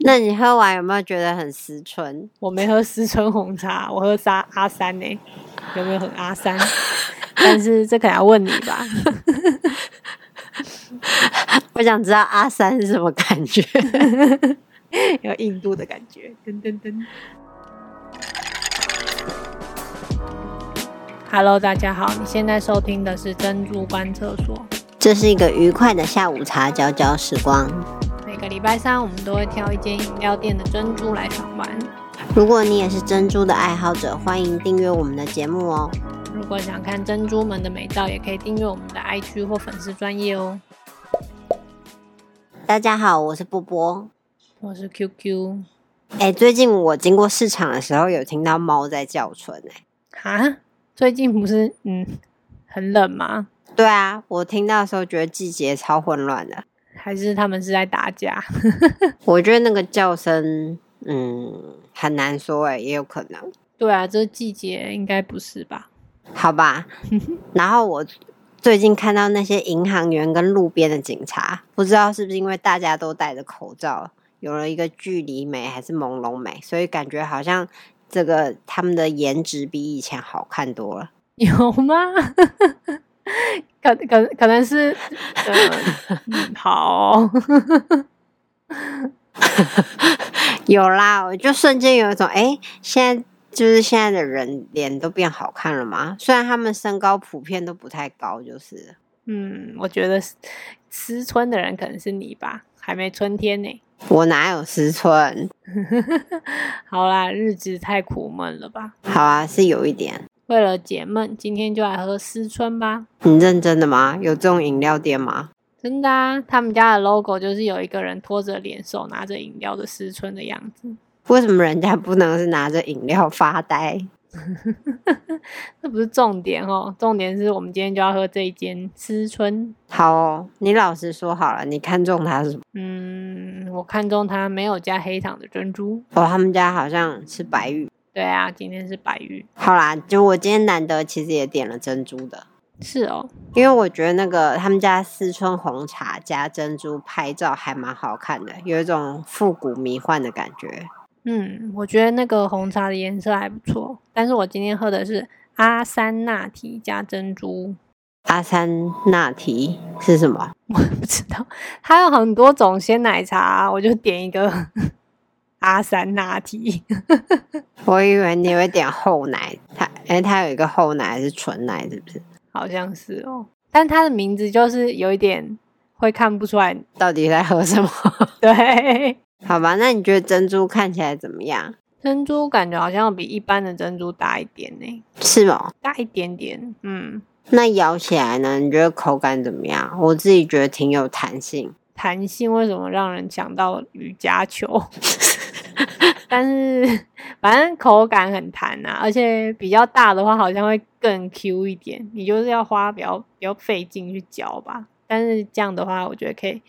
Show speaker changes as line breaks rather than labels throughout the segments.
那你喝完有没有觉得很思春？
我没喝思春红茶，我喝沙阿三呢、有没有很阿三？但是这可能要问你吧。
我想知道阿三是什么感觉。
有印度的感觉，噔噔噔。Hello，大家好，你现在收听的是珍珠观厕所。
这是一个愉快的下午茶交交时光。
每个礼拜三，我们都会挑一间饮料店的珍珠来访问。
如果你也是珍珠的爱好者，欢迎订阅我们的节目哦。
如果想看珍珠们的美照，也可以订阅我们的 IG 或粉丝专业哦。
大家好，我是波波。
我是 QQ。
哎、最近我经过市场的时候，有听到猫在叫春、欸。
哈，最近不是嗯很冷吗？
对啊，我听到的时候觉得季节超混乱的。
还是他们是在打架？
我觉得那个叫声，嗯，很难说哎、也有可能，
对啊，这季节应该不是吧？
好吧。然后我最近看到那些银行员跟路边的警察，不知道是不是因为大家都戴着口罩，有了一个距离美还是朦胧美，所以感觉好像这个他们的颜值比以前好看多了。
有吗？可可可能是， 呃，嗯好，
有啦，我就瞬间有一种，哎、现在就是现在的人脸都变好看了吗？虽然他们身高普遍都不太高，就是了
嗯，我觉得思春的人可能是你吧，还没春天呢。
我哪有思春？
好啦，日子太苦闷了吧？
好啊，是有一点。
为了解闷，今天就来喝思春吧。
你认真的吗？有这种饮料店吗？
真的啊，他们家的 logo 就是有一个人拖着脸，手拿着饮料的思春的样子。
为什么人家不能是拿着饮料发呆？
这不是重点哦，重点是我们今天就要喝这一间思春。
好哦，你老实说好了，你看中它是什么？
嗯，我看中它没有加黑糖的珍珠。
哦，他们家好像是白玉。
对啊，今天是白玉。
好啦，就我今天难得其实也点了珍珠的，
是哦，
因为我觉得那个他们家四川红茶加珍珠拍照还蛮好看的，有一种复古迷幻的感觉。
嗯，我觉得那个红茶的颜色还不错，但是我今天喝的是阿三纳提加珍珠，
阿三那提是什么？
我也不知道它有很多种鲜奶茶，啊我就点一个 阿三纳提。
我以为你会点厚奶，它哎、它有一个厚奶还是纯奶，是不是？
好像是哦，但它的名字就是有一点会看不出来。
到底在喝什么？
对，
好吧，那你觉得珍珠看起来怎么样？
珍珠感觉好像比一般的珍珠大一点呢，
是哦。
大一点点。嗯，
那咬起来呢？你觉得口感怎么样？我自己觉得挺有弹性。
弹性为什么让人想到瑜伽球？ 但是反正口感很弹啊，而且比较大的话好像会更 Q 一点，你就是要花比较比较费劲去嚼吧。但是这样的话，我觉得可以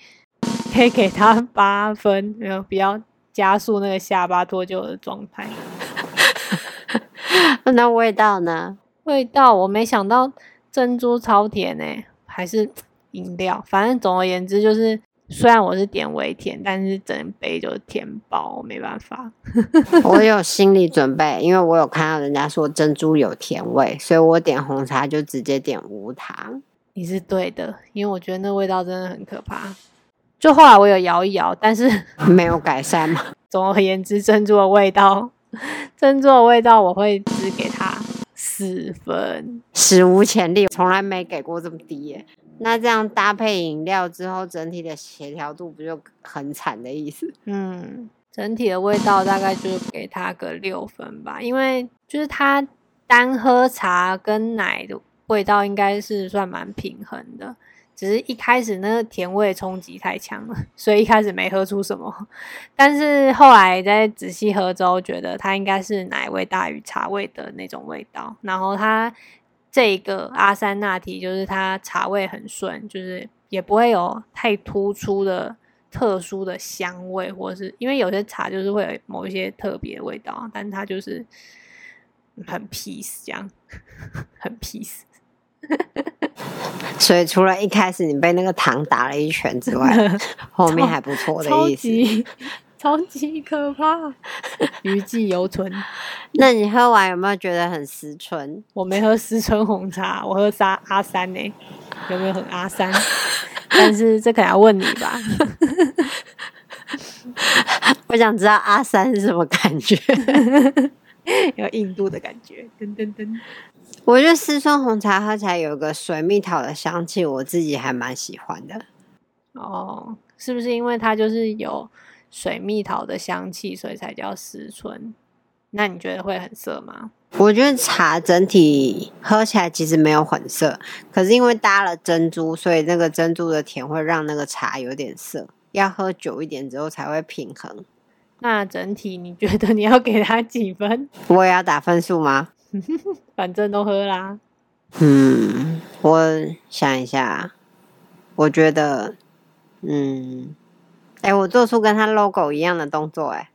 可以给它八分，没有比较加速那个下巴脱臼的状态。
那味道呢？
味道我没想到珍珠超甜诶、还是饮料，反正总而言之就是，虽然我是点微甜，但是整杯就是甜爆，没办法。
我有心理准备，因为我有看到人家说珍珠有甜味，所以我点红茶就直接点无糖。
你是对的，因为我觉得那味道真的很可怕。就后来我有摇一摇，但是
没有改善吗？
总而言之，珍珠的味道， 珍珠的味道我会只给它四分。
史无前例，从来没给过这么低耶。那这样搭配饮料之后，整体的协调度不就很惨的意思？
嗯，整体的味道大概就给它个六分吧，因为就是它单喝茶跟奶的味道应该是算蛮平衡的，只是一开始那个甜味冲击太强了，所以一开始没喝出什么。但是后来再仔细喝之后，觉得它应该是奶味大于茶味的那种味道，然后它。这个阿三纳提就是它茶味很顺，就是也不会有太突出的特殊的香味，或是因为有些茶就是会有某一些特别的味道啊，但它就是很 peace 这样，很 peace。
所以除了一 开始你被那个糖打了一拳之外，后面还不错的
超
意思。
级超级可怕， 余悸犹存。
那你喝完有没有觉得很思春？
我没喝思春红茶，我喝沙阿三呢、有没有很阿三？但是这可能要问你吧。
我想知道阿三是什么感觉。
有印度的感觉，噔噔噔。
我觉得思春红茶喝起来有个水蜜桃的香气，我自己还蛮喜欢的。
哦，是不是因为它就是有水蜜桃的香气，所以才叫思春？那你觉得会很涩吗？
我觉得茶整体喝起来其实没有很涩，可是因为搭了珍珠，所以那个珍珠的甜会让那个茶有点涩，要喝久一点之后才会平衡。
那整体你觉得你要给它几分？
我也要打分数吗？
反正都喝啦，
嗯，我想一下，我觉得，嗯，哎、我做出跟它 logo 一样的动作、哎，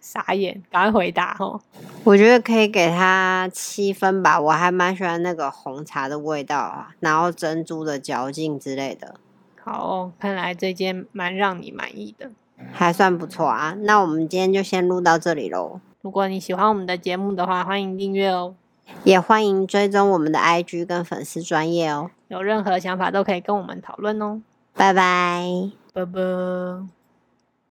傻眼，赶快回答哦。
我觉得可以给它七分吧，我还蛮喜欢那个红茶的味道啊，然后珍珠的嚼劲之类的，
好哦，看来这间蛮让你满意的。
还算不错啊。那我们今天就先录到这里喽，
如果你喜欢我们的节目的话，欢迎订阅哦。
也欢迎追踪我们的 IG 跟粉丝专业哦，
有任何想法都可以跟我们讨论哦。
拜拜。
啵啵。